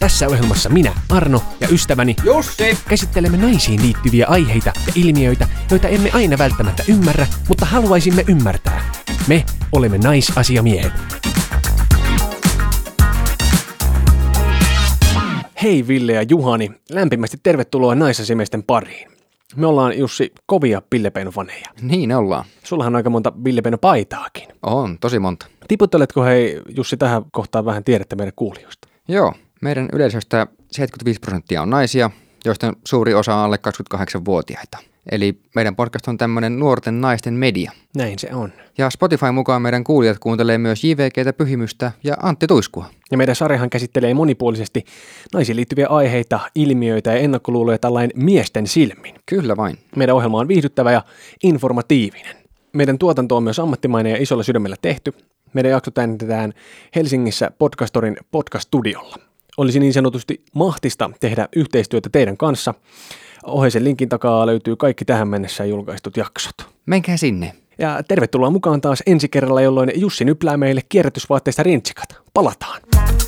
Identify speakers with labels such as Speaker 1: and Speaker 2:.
Speaker 1: Tässä ohjelmassa minä, Arno ja ystäväni
Speaker 2: Jussi!
Speaker 1: käsittelemme naisiin liittyviä aiheita ja ilmiöitä, joita emme aina välttämättä ymmärrä, mutta haluaisimme ymmärtää. Me olemme naisasiamiehet. Hei Ville ja Juhani, lämpimästi tervetuloa naisasiamiesten pariin. Me ollaan Jussi kovia Pillepeino-faneja.
Speaker 2: Niin ollaan.
Speaker 1: Sullahan on aika monta Pillepeino-paitaakin.
Speaker 2: On, tosi monta.
Speaker 1: Tiputteletko hei Jussi tähän kohtaan vähän tiedettä meidän kuulijoista?
Speaker 2: Joo, meidän yleisöstä 75 prosenttia on naisia, joista suuri osa on alle 28-vuotiaita. Eli meidän podcast on tämmöinen nuorten naisten media.
Speaker 1: Näin se on.
Speaker 2: Ja Spotify mukaan meidän kuulijat kuuntelee myös JVGtä Pyhimystä ja Antti Tuiskua.
Speaker 1: Ja meidän sarjahan käsittelee monipuolisesti naisiin liittyviä aiheita, ilmiöitä ja ennakkoluuloja tällain miesten silmin.
Speaker 2: Kyllä vain.
Speaker 1: Meidän ohjelma on viihdyttävä ja informatiivinen. Meidän tuotanto on myös ammattimainen ja isolla sydämellä tehty. Meidän jaksot äänitetään Helsingissä Podcastorin podcast-studiolla. Olisi niin sanotusti mahtista tehdä yhteistyötä teidän kanssa. Oheisen linkin takaa löytyy kaikki tähän mennessä julkaistut jaksot.
Speaker 2: Menkää sinne.
Speaker 1: Ja tervetuloa mukaan taas ensi kerralla, jolloin Jussi nyplää meille kierrätysvaatteista rintsikat. Palataan!